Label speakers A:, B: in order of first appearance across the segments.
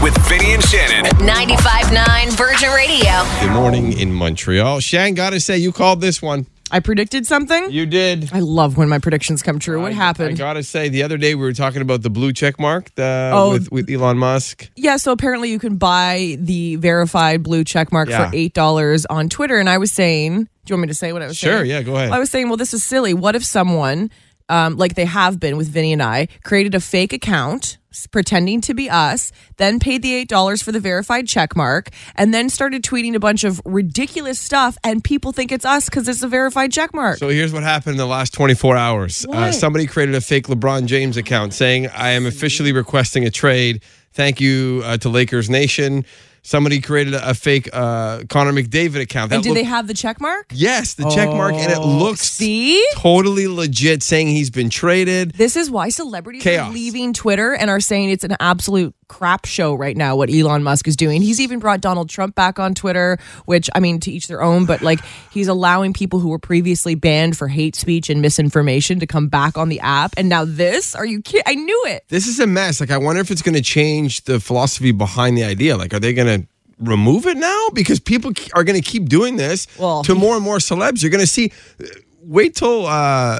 A: with Vinny and Shannon.
B: 95.9 Virgin Radio.
C: Good morning in Montreal. Shan, gotta say, you called this one.
D: I predicted something.
C: You did.
D: I love when my predictions come true. What
C: I
D: happened?
C: gotta say, the other day we were talking about the blue check mark the,
D: Oh.
C: with, with Elon Musk.
D: yeah, so apparently you can buy the verified blue check mark
C: Yeah.
D: for $8 on Twitter. And I was saying, do you want me to say what I was saying?
C: Sure, yeah, go ahead.
D: I was saying, well, this is silly. What if someone, um, like they have been with Vinny and I, created a fake account s- pretending to be us, then paid the $8 for the verified check mark, and then started tweeting a bunch of ridiculous stuff, and people think it's us because it's a verified check mark.
C: So here's what happened in the last 24 hours. Uh, somebody created a fake LeBron James account saying, I am officially requesting a trade. Thank you uh, to Lakers Nation. Somebody created a, a fake uh, Connor McDavid account.
D: and
C: That
D: do they
C: looked-
D: have the check mark?
C: Yes, the check mark, and it looks
D: See?
C: totally legit saying he's been traded.
D: This is why celebrities
C: Chaos.
D: are leaving Twitter and are saying it's an absolute crap show right now what Elon Musk is doing. He's even brought Donald Trump back on Twitter, which I mean to each their own, but like he's allowing people who were previously banned for hate speech and misinformation to come back on the app. And now this? Are you kidding? I knew it.
C: this is a mess. Like, I wonder if it's going to change the philosophy behind the idea. Like, are they going to remove it now? Because people ke- are going to keep doing this
D: Well-
C: to more and more celebs. You're going to see. uh, Wait till uh,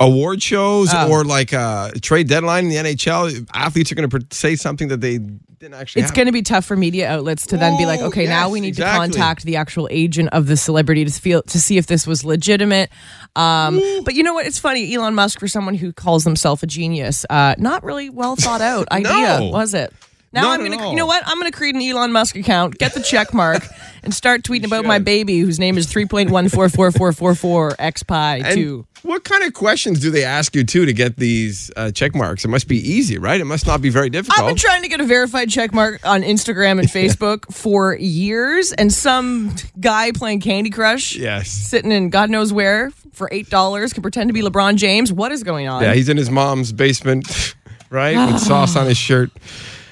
C: award shows
D: Oh.
C: or like uh, trade deadline in the NHL. Athletes are going to say something that they didn't actually.
D: It's going to be tough for media outlets to then be like,
C: Ooh,
D: okay, now
C: yes,
D: we need
C: exactly.
D: to contact the actual agent of the celebrity to feel to see if this was legitimate. Um, but you know what? It's funny, Elon Musk for someone who calls himself a genius, uh, not really well thought out idea, was it? Now
C: Not
D: I'm
C: at
D: gonna,
C: all.
D: you know what? I'm gonna create an Elon Musk account, get the check mark, and start tweeting about my
C: should.
D: baby whose name is 3.144444 X Pi
C: And
D: two.
C: What kind of questions do they ask you too to get these uh, check marks? It must be easy, right? It must not be very difficult.
D: I've been trying to get a verified check mark on Instagram and Facebook for years, and some guy playing Candy Crush,
C: Yes.
D: sitting in God knows where for eight dollars, can pretend to be LeBron James. What is going on?
C: yeah, he's in his mom's basement, right, with sauce on his shirt.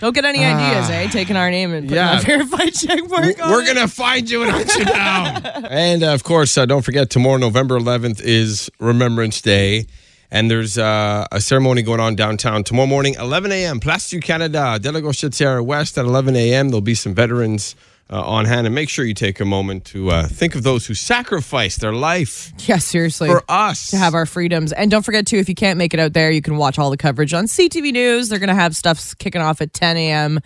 D: Don't get any ideas, eh? Taking our name and putting
C: Ah. Yeah.
D: a verified check mark on.
C: We're
D: it.
C: going to find you and hunt you down. and uh, of course, uh, don't forget, tomorrow, November 11th, is Remembrance Day. And there's uh, a ceremony going on downtown tomorrow morning, 11 a.m., Place du Canada, Delegacia Sierra West at 11 a.m. There'll be some veterans uh, on hand. And make sure you take a moment to uh, think of those who sacrificed their life
D: Yeah, seriously.
C: for us.
D: to have our freedoms. And don't forget, too, if you can't make it out there, you can watch all the coverage on CTV News. They're going to have stuff kicking off at 10 a.m.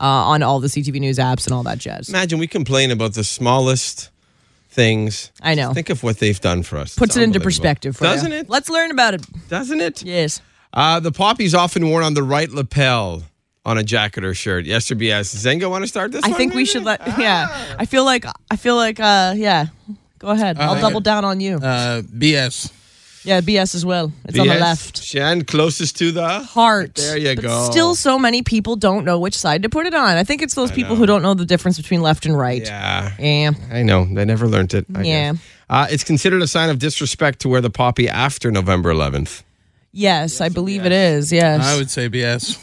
D: Uh, on all the CTV News apps and all that jazz.
C: Imagine we complain about the smallest things.
D: I know.
C: Think of what they've done for us.
D: Puts
C: It's
D: it into
C: unbelievable.
D: perspective for ya.
C: doesn't it?
D: Let's learn about it.
C: Doesn't it?
D: Yes.
C: Uh, the poppy's often worn on the right lapel on a jacket or shirt. Yes or BS? Zenga, want to start this?
D: I
C: one,
D: think we
C: maybe?
D: should let. Yeah, I feel like I feel like. uh Yeah, go ahead. I'll double down on you.
E: Uh, BS.
D: yeah, BS as well. It's on the
C: BS?
D: left.
C: Shan, closest to the.
D: Heart.
C: There you
D: But
C: go.
D: Still, so many people don't know which side to put it on. I think it's those people who don't know the difference between left and right. Eh.
C: Yeah.
D: Yeah.
C: I know. They never learned it. I
D: Yeah.
C: guess. Uh, it's considered a sign of disrespect to wear the poppy after November 11th.
D: Yes, I believe it is. Yes.
E: I would say BS.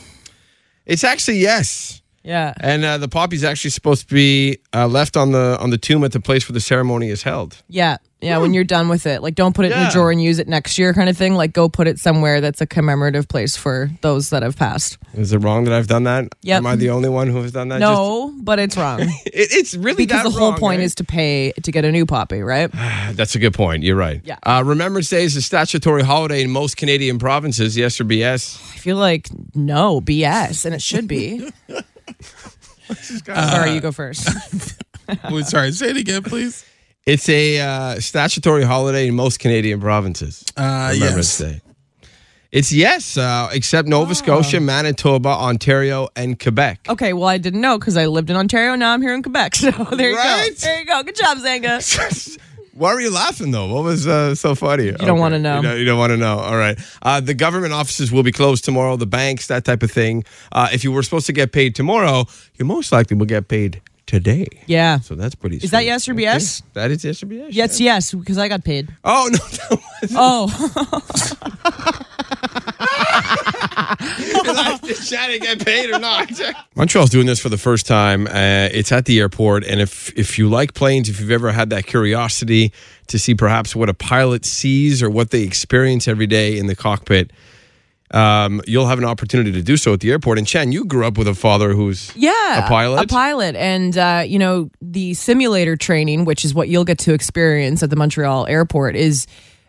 C: It's actually yes.
D: yeah.
C: And uh, the poppy's actually supposed to be uh, left on the on the tomb at the place where the ceremony is held.
D: Yeah. Yeah. When you're done with it, like don't put it in
C: Yeah.
D: a drawer and use it next year, kind of thing. Like go put it somewhere that's a commemorative place for those that have passed.
C: Is it wrong that I've done that?
D: Yep.
C: Am I the only one who has done that?
D: No, but it's wrong.
C: Just- it, it's really
D: because
C: that
D: the whole
C: wrong,
D: point
C: right?
D: is to pay to get a new poppy, right?
C: That's a good point. You're right.
D: Yeah.
C: Uh, Remembrance Day is a statutory holiday in most Canadian provinces. Yes or BS?
D: I feel like no BS, and it should be. Uh, Sorry, you go first.
E: Wait, Sorry, say it again, please.
C: It's a uh, statutory holiday in most Canadian provinces.
E: Uh,
C: Remembrance
E: yes.
C: Day. It's yes, uh, except
D: Ah.
C: Nova Scotia, Manitoba, Ontario, and Quebec.
D: Okay, well I didn't know because I lived in Ontario. Now I'm here in Quebec. So there you
C: Right?
D: go. There you go. Good job, Zanga.
C: Why are you laughing though? What was uh, so funny? You
D: don't wanna know.
C: You don't, want to know. All right. Uh, the government offices will be closed tomorrow. The banks, that type of thing. Uh, if you were supposed to get paid tomorrow, you most likely will get paid today.
D: Yeah.
C: So that's pretty.
D: Is that yes or BS?
C: That is yes or BS.
D: Yes, yes, because I got paid.
C: Oh no, that
D: Oh,
C: was- did Shannon get paid or not? Montreal's doing this for the first time. Uh, it's at the airport, and if if you like planes, if you've ever had that curiosity to see perhaps what a pilot sees or what they experience every day in the cockpit, um, you'll have an opportunity to do so at the airport. And Chen, you grew up with a father who's
D: Yeah.
C: A pilot?
D: A pilot. And, uh, you know, the simulator training, which is what you'll get to experience at the Montreal airport, is.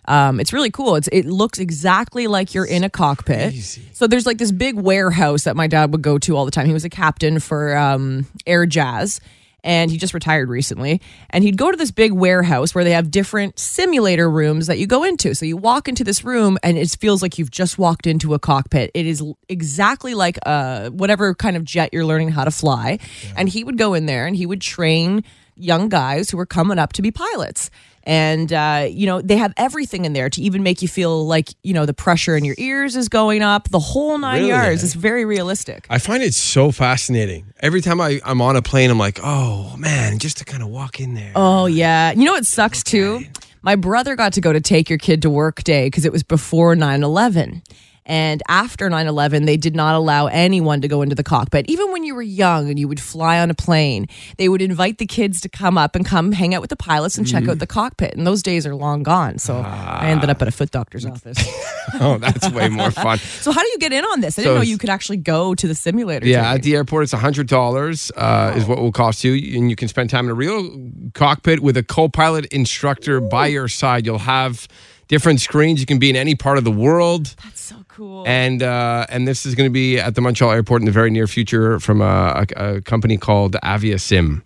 D: Um, it's really cool. It's it looks exactly like you're in a cockpit. So there's like this big warehouse that my dad would go to all the time. He was a captain for um, Air Jazz, and he just retired recently. And he'd go to this big warehouse where they have different simulator rooms that you go into. So you walk into this room, and it feels like you've just walked into a cockpit. It is l- exactly like uh, whatever kind of jet you're learning how to fly. And he would go in there and he would train young guys who were coming up to be pilots. And, uh, you know, they have everything in there to even make you feel like, you know, the pressure in your ears is going up, the whole nine
C: Really,
D: yards.
C: eh?
D: It's very realistic.
C: I find it so fascinating. Every time I, I'm on a plane, I'm like, oh man, just to kind of walk in there.
D: Oh yeah. You know what sucks too? My brother got to go to take your kid to work day because it was before 9/11. And after 9/11, they did not allow anyone to go into the cockpit. Even when you were young and you would fly on a plane, they would invite the kids to come up and come hang out with the pilots and
C: Mm-hmm.
D: check out the cockpit. And those days are long gone. So I ended up at a foot doctor's
C: Ah.
D: office.
C: oh, that's way more fun.
D: so how do you get in on this? I didn't
C: So
D: know
C: it's-
D: you could actually go to the simulator.
C: Yeah,
D: training.
C: at the airport, it's hundred dollars uh, is what it will cost you, and you can spend time in a real cockpit with a co-pilot instructor by your side. You'll have different screens. You can be in any part of the world,
D: That's so cool.
C: and uh, and this is going to be at the Montreal airport in the very near future from a, a, a company called Aviasim.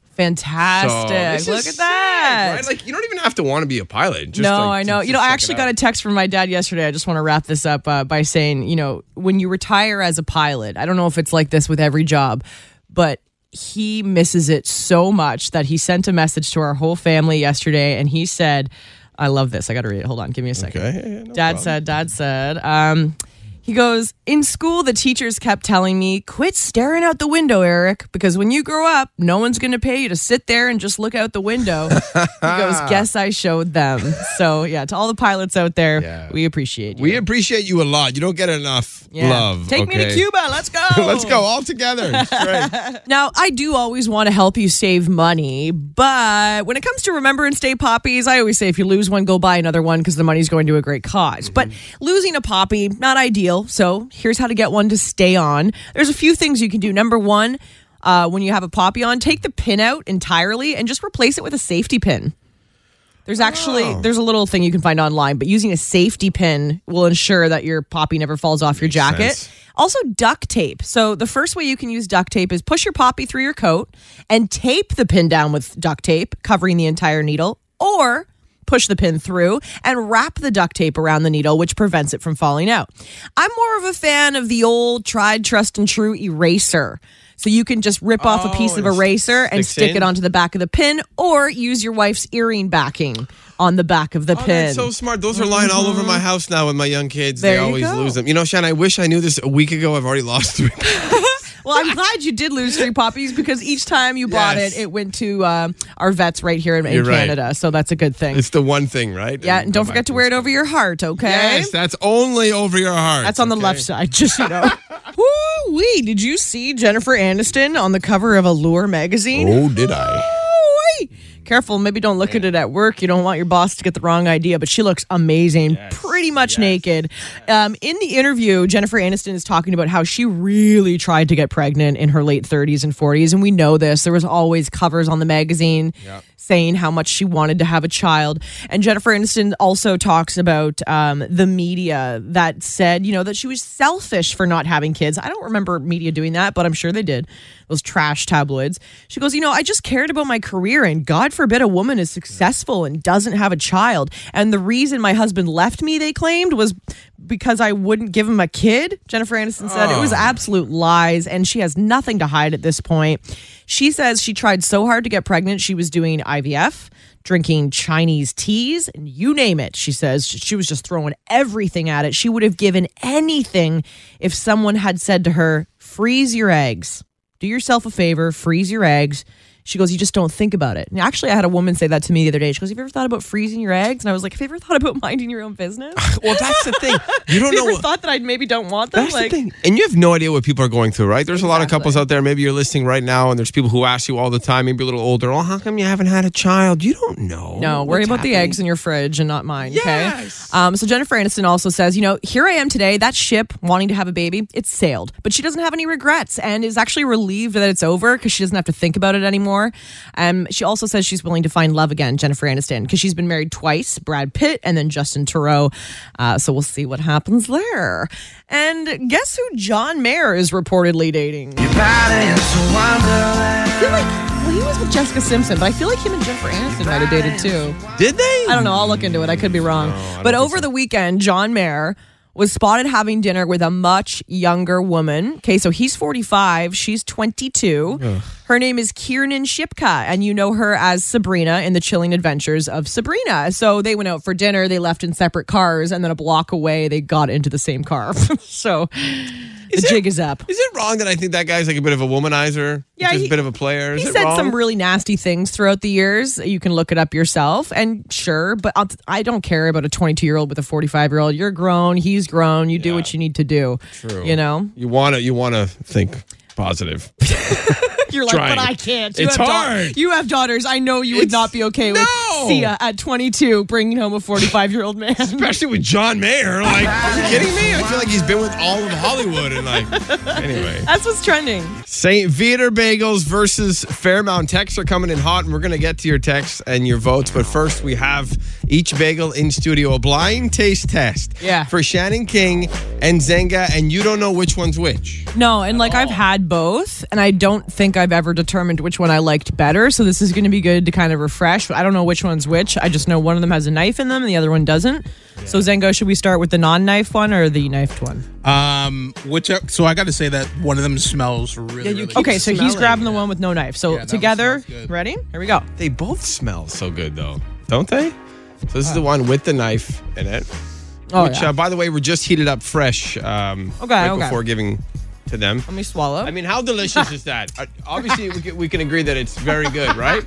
D: Fantastic. Look at that.
C: Like you don't even have to want to be a pilot. Just
D: no,
C: like,
D: I know.
C: to-
D: You
C: to
D: know, I
C: check it
D: actually
C: out.
D: got a text from my dad yesterday. I just want to wrap this up uh, by saying, you know, when you retire as a pilot, I don't know if it's like this with every job, but he misses it so much that he sent a message to our whole family yesterday and he said, I love this. I got to read it. Hold on. Give me a second. dad said, Dad said, um, he goes, In school, the teachers kept telling me, quit staring out the window, Eric, because when you grow up, no one's going to pay you to sit there and just look out the window. he goes, Guess I showed them. So, yeah, to all the pilots out there,
C: Yeah.
D: we appreciate you.
C: We appreciate you a lot. You don't get enough
D: Yeah.
C: love.
D: Take me to
C: okay?
D: Cuba. Let's go.
C: Let's go all together. It's great.
D: Now, I do always want to help you save money, but when it comes to Remembrance Day poppies, I always say if you lose one, go buy another one because the money's going to a great because But losing a poppy, not ideal. So here's how to get one to stay on. There's a few things you can do. Number one, uh, when you have a poppy on, take the pin out entirely and just replace it with a safety pin. There's actually there's a little thing you can find online, but using a safety pin will ensure that your poppy never falls off your jacket.
C: sense.
D: Also duct tape. So the first way you can use duct tape is push your poppy through your coat and tape the pin down with duct tape covering the entire needle or push the pin through and wrap the duct tape around the needle which prevents it from falling out. I'm more of a fan of the old tried trust and true eraser. So you can just rip off a piece of eraser and
C: Oh, sticks
D: stick
C: in?
D: it onto the back of the pin or use your wife's earring backing on the back of the
C: Oh,
D: pin.
C: that's so smart. Those are lying all over my house now with my young kids.
D: Mm-hmm. There
C: they
D: you
C: always
D: go.
C: lose them. You know, Shan, I wish I knew this a week ago. I've already lost three.
D: Well, I'm glad you did lose three puppies because each time you bought
C: Yes.
D: it, it went to um, our vets right here in, in
C: You're right.
D: Canada. So that's a good thing.
C: it's the one thing, right?
D: yeah, and don't forget to wear it over your heart, okay?
C: Yes, that's only over your heart.
D: that's on the left side, just you know. Woo wee! Did you see Jennifer Aniston on the cover of Allure magazine?
C: Oh, did I?
D: Ooh-wee. Careful, maybe don't look at it at work. You don't want your boss to get the wrong idea, but she looks amazing, pretty much naked. Um, in the interview, Jennifer Aniston is talking about how she really tried to get pregnant in her late 30s and 40s, and we know this. There was always covers on the magazine saying how much she wanted to have a child. And Jennifer Aniston also talks about um, the media that said, you know, that she was selfish for not having kids. I don't remember media doing that, but I'm sure they did. Those trash tabloids. She goes, you know, I just cared about my career, and God forbid a woman is successful and doesn't have a child. And the reason my husband left me, they claimed, was because I wouldn't give him a kid. Jennifer Aniston said it was absolute lies, and she has nothing to hide at this point. She says she tried so hard to get pregnant, she was doing IVF, drinking Chinese teas, and you name it. She says she was just throwing everything at it. She would have given anything if someone had said to her, Freeze your eggs. Do yourself a favor, freeze your eggs. She goes, You just don't think about it. And actually, I had a woman say that to me the other day. She goes, Have you ever thought about freezing your eggs? And I was like, Have you ever thought about minding your own business? Have
C: Well, that's the thing. You don't
D: you
C: know
D: ever
C: what.
D: thought that I maybe don't want them?
C: That's the thing. And you have no idea what people are going through, right? There's a lot of couples out there. Maybe you're listening right now, and there's people who ask you all the time, maybe a little older, oh, how come you haven't had a child? You don't know.
D: No, worry
C: what's
D: about
C: happening.
D: the eggs in your fridge and not mine.
C: Yes.
D: Okay. Um, so Jennifer Aniston also says, you know, here I am today. That ship wanting to have a baby, it's sailed, but she doesn't have any regrets and is actually relieved that it's over because she doesn't have to think about it anymore. Um, she also says she's willing to find love again, Jennifer Aniston, because she's been married twice, Brad Pitt and then Justin Thoreau. Uh, so we'll see what happens there. And guess who John Mayer is reportedly dating? I feel like well, he was with Jessica Simpson, but I feel like him and Jennifer Aniston might have dated too.
C: Did they?
D: I don't know. I'll look into it. I could be wrong. but over the weekend, John Mayer was spotted having dinner with a much younger woman. Okay, so he's 45, she's 22. Her name is Kiernan Shipka, and you know her as Sabrina in the chilling adventures of Sabrina. So they went out for dinner, they left in separate cars, and then a block away, they got into the same car. so the
C: there-
D: jig is up.
C: Is it wrong that I think that guy's like a bit of a womanizer?
D: Yeah,
C: Just
D: he-
C: a bit of a player. Is
D: He
C: it
D: said
C: wrong?
D: some really nasty things throughout the years. You can look it up yourself. And sure, but I'll- I don't care about a 22 year old with a 45 year old. You're grown. He's grown. You do what you need to do.
C: True.
D: You know,
C: You want to you want to think positive.
D: you're like,
C: Trying.
D: but I can't. You
C: It's
D: have dau-
C: hard.
D: you have daughters. I know you would
C: It's-
D: not be okay with
C: No.
D: Sia at 22 bringing home a 45 year old man.
C: Especially with John Mayer. Like, are you kidding me? I feel like he's been with all of Hollywood and like anyway.
D: That's what's trending.
C: St. Viator Bagels versus Fairmount. Texts are coming in hot, and we're going to get to your texts and your votes. But first, we have each bagel in studio a blind taste test
D: Yeah.
C: for Shannon King and Zenga, and you don't know which one's which.
D: No, and like I've had both, and I don't think I've ever determined which one I liked better. So this is going to be good to kind of refresh. But I don't know which one's which. I just know one of them has a knife in them, and the other one doesn't. So Zengo, should we start with the non-knife one or the knifed one?
E: Um, which so I got to say that one of them smells really.
C: you
E: really
C: keep-
E: good.
D: Okay, so he's
C: smelling
D: grabbing the one with no knife. So
E: that one
D: together,
E: smells good.
D: ready? Here we go.
C: They both smell so good, though, don't they? So this is the one with the knife in it,
D: Oh
C: which,
D: yeah.
C: uh, by the way, were just heated up fresh um,
D: Okay,
C: right
D: okay.
C: before giving to them.
D: Let me swallow.
C: I mean, how delicious is that? Uh, Obviously, we can, we can agree that it's very good, right?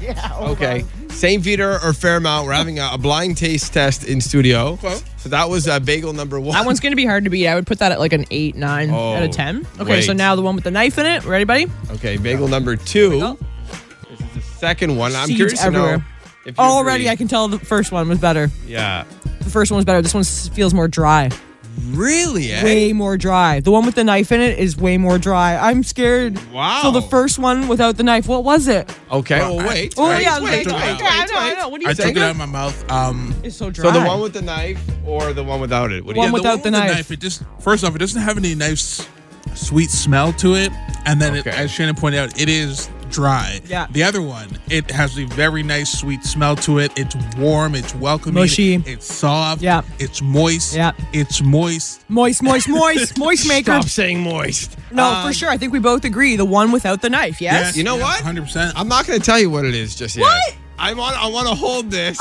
C: yeah. Okay. St. Peter or Fairmount, we're having a, a blind taste test in studio.
E: Okay.
C: So that was uh, bagel number one.
D: that one's going to be hard to beat. I would put that at like an eight, nine
C: Oh,
D: out of ten. Okay, so
C: wait.
D: now the one with the knife in it. Ready, buddy?
C: okay, bagel number two.
D: go.
C: This is the second one. I'm
D: Seeds
C: curious to know
D: everywhere.
C: if you
D: Already,
C: agree.
D: I can tell the first one was better.
C: Yeah.
D: The first one was better. This one s- feels more dry.
C: Really? eh?
D: way more dry. The one with the knife in it is way more dry. I'm scared.
C: Wow.
D: So the first one without the knife, what was it?
C: Okay. Well, wait.
D: Oh
C: wait,
D: yeah,
C: wait,
D: the
C: wait,
D: knife.
C: wait,
D: Yeah, I
C: wait,
D: know, I
C: wait.
D: know. What do you
E: I took
D: think?
E: it out of my mouth. Um,
D: It's so dry.
C: So the one with the knife or the one without it? What do
D: One
C: you
D: with-
C: think?
D: without the
E: with
D: knife.
E: It just first off, it doesn't have any nice, sweet smell to it, and then it,
C: Okay.
E: as Shannon pointed out, it is dry.
D: Yeah.
E: The other one, it has a very nice sweet smell to it. It's warm. It's welcoming.
D: Mushy.
E: It's soft.
D: Yeah.
E: It's moist.
D: Yeah.
E: It's moist.
D: moist, moist, moist, moist maker.
C: Stop saying moist.
D: No, for sure. I think we both agree. The one without the knife. Yes.
C: You know what?
E: Hundred percent.
C: I'm not going to tell you what it is just yet.
D: What?
C: I want I want to hold this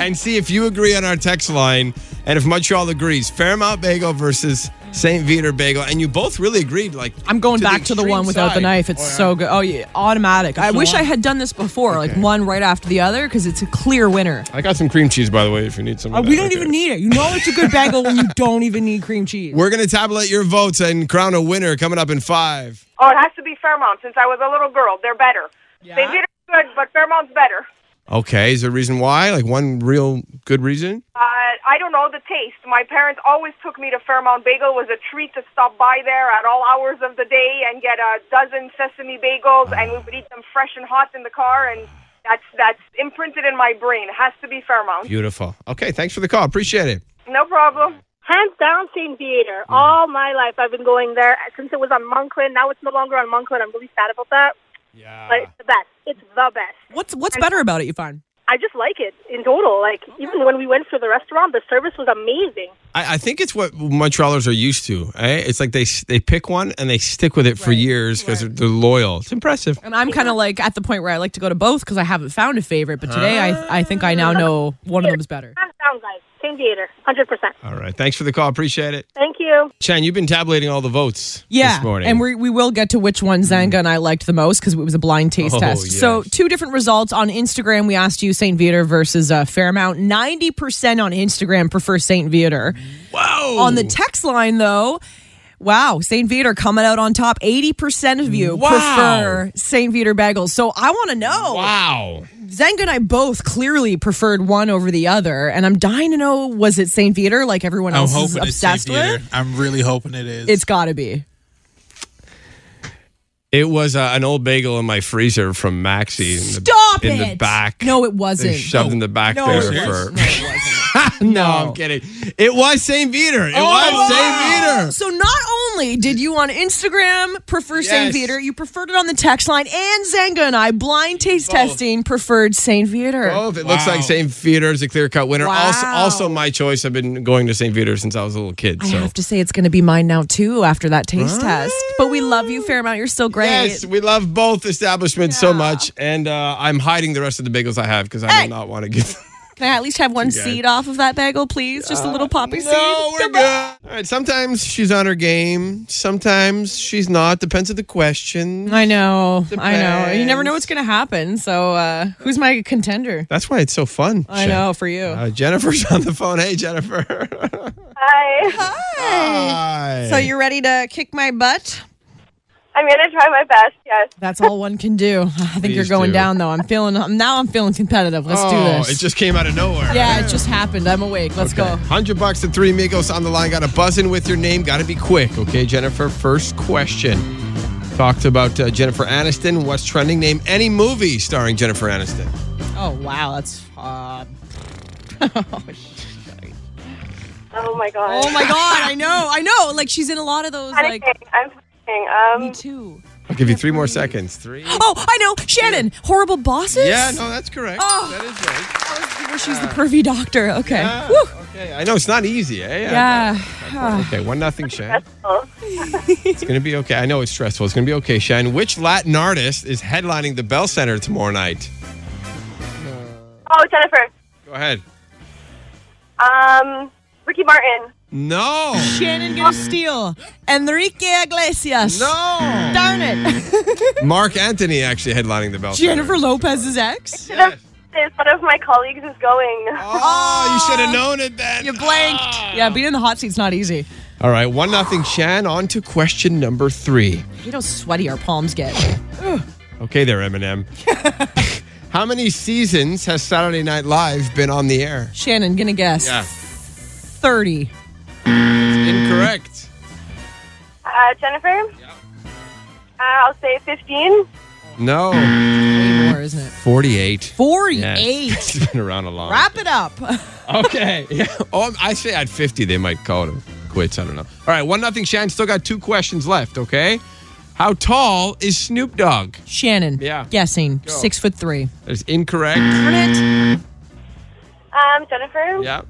C: and see if you agree on our text line and if Montreal agrees. Fairmount Bagel versus St. Vitor Bagel, and you both really agreed. Like
D: I'm going back to the
C: extreme
D: one without the
C: side.
D: knife. It's
E: Oh, yeah.
D: so good. Oh yeah, automatic. I
E: the
D: wish I
E: one-
D: had done this before, like
C: Okay.
D: one right after the other, because it's a clear winner.
C: I got some cream cheese by the way. If you need some, of
D: Uh,
C: that.
D: we don't
C: Okay.
D: even need it. You know it's a good bagel when you don't even need cream cheese.
C: We're gonna tabulate your votes and crown a winner coming up in five.
A: Oh, it has to be Fairmont since I was a little girl. They're better.
D: Yeah.
A: They did good, but Fairmont's better.
C: Okay, is there a reason why? Like one real good reason?
A: Uh, I don't know the taste. My parents always took me to Fairmont Bagel. It was a treat to stop by there at all hours of the day and get a dozen sesame bagels, and we would eat them fresh and hot in the car. And that's that's imprinted in my brain. It has to be Fairmont.
C: Beautiful. Okay, thanks for the call. Appreciate it.
A: No problem.
F: Hands down, St. Theater. All my life, I've been going there since it was on Monkland. Now it's no longer on Monkland. I'm really sad about that.
C: Yeah.
F: But it's the best. It's the best.
D: What's what's better about it? You find?
F: I just like it in total. Like even when we went for the restaurant, the service was amazing.
C: I, I think it's what Montrealers are used to. Eh? It's like they they pick one and they stick with it for years because they're, they're loyal. It's impressive.
D: And I'm kind of like at the point where I like to go to both because I haven't found a favorite. But today I, I think I now know one of them is better.
F: Hands down, guys. Same theater, 100%.
C: All right. Thanks for the call. Appreciate it.
F: Thank you.
C: Chan, you've been tabulating all the votes
D: Yeah,
C: this morning. Mm.
D: and we we will get to which one Zanga and I liked the most because it was a blind taste
C: Oh,
D: test.
C: yes.
D: So two different results on Instagram. We asked you Saint Viator versus uh, Fairmount. Ninety percent on Instagram prefer Saint Viator.
C: Wow.
D: On the text line though. Wow, St. Viator coming out on top. 80% of you
C: Wow.
D: prefer St. Viator bagels. So I want to know.
C: Wow.
D: Zanga and I both clearly preferred one over the other. And I'm dying to know was it St. Viator like everyone
E: I'm
D: else is
E: hoping it's Saint
D: obsessed
E: Theater.
D: with?
E: I'm really hoping it is.
D: It's got to be.
C: It was uh, an old bagel in my freezer from Maxi. In the,
D: Stop
C: in
D: it.
C: the back.
D: No, it
C: They
D: wasn't.
C: shoved in the back
D: No,
C: there
D: it
C: for.
D: wasn't. No, it wasn't.
C: no, I'm kidding. It was St. Peter.
D: Oh,
C: It was St. Peter.
D: So not only did you on Instagram prefer
C: Yes.
D: St. Viator, you preferred it on the text line, and Zanga and I blind taste testing preferred St. Viator.
C: Oh, if it looks like
E: Wow.
C: St. Peter is a clear cut winner. Also,
D: Wow.
C: also my choice. I've been going to St. Peter since I was a little kid.
D: I
C: So.
D: have to say it's going to be mine now too after that taste test. But we love you, Fairmount. You're still great.
C: Yes, we love both establishments so much, and uh, I'm hiding the rest of the bagels I have because I
D: Hey.
C: do not want to give.
D: Can I at least have one
C: guys.
D: seed off of that bagel, please? Just a little poppy seed.
C: Uh, No, we're
D: Come
C: good.
D: on.
C: All right. Sometimes she's on her game. Sometimes she's not. Depends on the question.
D: I know. I know. You
C: Depends.
D: never know what's going to happen. So, uh, who's my contender?
C: That's why it's so fun.
D: I
C: Shan.
D: know for you.
C: Uh, Jennifer's on the phone. Hey, Jennifer.
F: Hi.
C: Hi.
D: so, you're ready to kick my butt?
F: I'm going to try my best, yes.
D: That's all one can do. I think you're
C: Please
D: going
C: do.
D: down though. I'm feeling I'm, now. I'm feeling competitive. Let's
C: Oh,
D: do this.
C: it just came out of nowhere.
D: yeah, it just happened. I'm awake. Let's go.
C: 100 bucks to three amigos on the line. Got to buzz in with your name. Got to be quick. Okay, Jennifer, first question. Talked about uh, Jennifer Aniston. What's trending? Name any movie starring Jennifer Aniston.
D: Oh wow, that's. Uh...
F: Oh, my God.
D: oh my god, I know, I know. Like she's in a lot of those. Like
F: Panicking. I'm panicking. Um,
D: me too.
C: I'll give you three more seconds. Three.
D: Oh, I know, Shannon. Horrible bosses.
C: Yeah, no, that's correct.
D: Oh.
C: That is right.
D: Where she's the pervy doctor. Okay.
C: Ah,
D: Woo.
C: okay, I know it's not easy. Eh?
D: Yeah.
C: Okay, one nothing, Shan. it's gonna be okay. I know it's stressful. It's gonna be okay, Shan. Which Latin artist is headlining the Bell Center tomorrow night?
F: oh, Jennifer.
C: Go ahead.
F: Um, Ricky Martin.
C: No.
D: Shannon gonna steal Enrique Iglesias.
C: Oh. No.
D: Darn it.
C: Mark Anthony actually headlining the Bell
D: Jennifer
C: Center.
D: Lopez's ex.
C: Yes.
F: One of my colleagues is going.
C: Oh, you should have known it then.
D: You blanked.
C: Ah.
D: Yeah, being in the hot seat's not easy.
C: All right, one nothing, Shan. On to question number three.
D: You know, how sweaty our palms get.
C: Okay, there, Eminem. How many seasons has Saturday Night Live been on the air?
D: Shannon, gonna guess. 30.
C: Incorrect.
F: Uh, Jennifer? Yeah. Uh, I'll say 15.
C: No.
D: Way more, isn't it?
C: 48.
D: 48.
C: It's been around a long
D: Wrap it up.
C: Okay. Yeah. Oh, I say at 50, they might call it quits. I don't know. All right, one nothing, Shan. Still got two questions left, okay? How tall is Snoop Dogg?
D: Shannon.
C: Yeah.
D: Guessing.
C: Go.
D: Six foot three.
C: That is incorrect.
D: Darn it.
F: Um, Jennifer?
C: Yeah.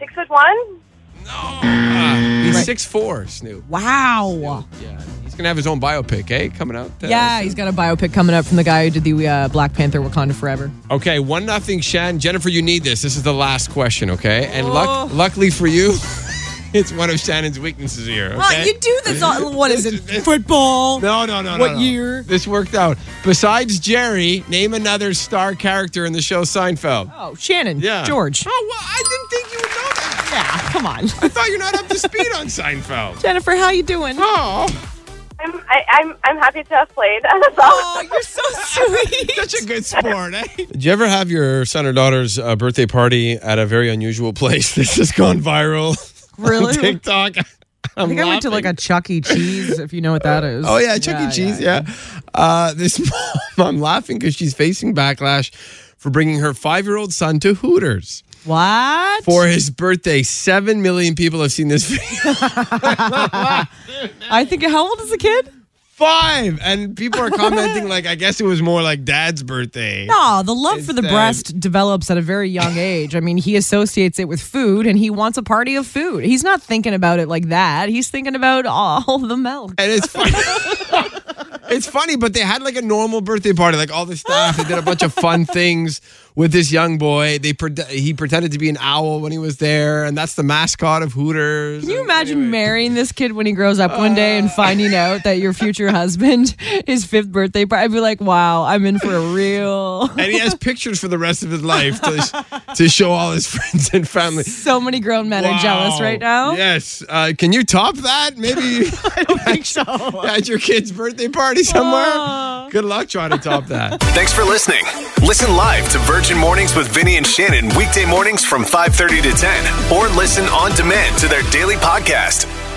F: Six foot one?
C: Ah, he's
D: Right.
C: six four, Snoop.
D: Wow.
C: Yeah. He's gonna have his own biopic, eh? Coming out. uh,
D: Yeah,
C: soon.
D: he's got a biopic coming up from the guy who did the uh, Black Panther Wakanda Forever.
C: Okay, one nothing, Shan. Jennifer, you need this. This is the last question, okay? And
D: Oh.
C: luck- luckily for you, it's one of Shannon's weaknesses here. Okay?
D: Well, you do this all. What is it? Football.
C: No, no, no, no.
D: What
C: no.
D: year?
C: This worked out. Besides Jerry, name another star character in the show Seinfeld.
D: Oh, Shannon.
C: Yeah.
D: George.
C: Oh, well, I didn't think you would know that.
D: Yeah, come on.
C: I thought you're not up to speed on Seinfeld.
D: Jennifer, how you doing?
C: Oh,
F: I'm, I, I'm, I'm happy to have played. That's all.
D: Oh, you're so sweet.
C: such a good sport, eh? Did you ever have your son or daughter's uh, birthday party at a very unusual place? This has gone viral.
D: Really?
C: on TikTok.
D: I think I went to like a Chuck E. Cheese, if you know what that is.
C: Oh yeah, Chuck E. Cheese. Yeah, Uh, this mom, I'm laughing because she's facing backlash for bringing her five-year-old son to Hooters
D: What?
C: for his birthday. Seven million people have seen this video.
D: I think how old is the kid?
C: Five, and people are commenting like, I guess it was more like Dad's birthday.
D: No, the love for the
C: Instead-
D: breast develops at a very young age. I mean, he associates it with food and he wants a party of food. He's not thinking about it like that. He's thinking about all the milk.
C: And it's funny. it's funny, but they had like a normal birthday party. Like all the staff, they did a bunch of fun things with this young boy. They pret he pretended to be an owl when he was there, and that's the mascot of Hooters.
D: Can you imagine marrying this kid when he grows up one day and finding out that your future husband, his fifth birthday party? I'd be like, wow, I'm in for a real.
C: and he has pictures for the rest of his life to, to show all his friends and family.
D: So many grown men are jealous
C: Wow.
D: right now.
C: Yes. Uh, can you top that? Maybe I don't think so. At your kid's birthday party somewhere. Good luck trying to top that.
G: Thanks for listening. Listen live to Virgin Mornings with Vinny and Shannon weekday mornings from 5:30 to 10 or listen on demand to their daily podcast.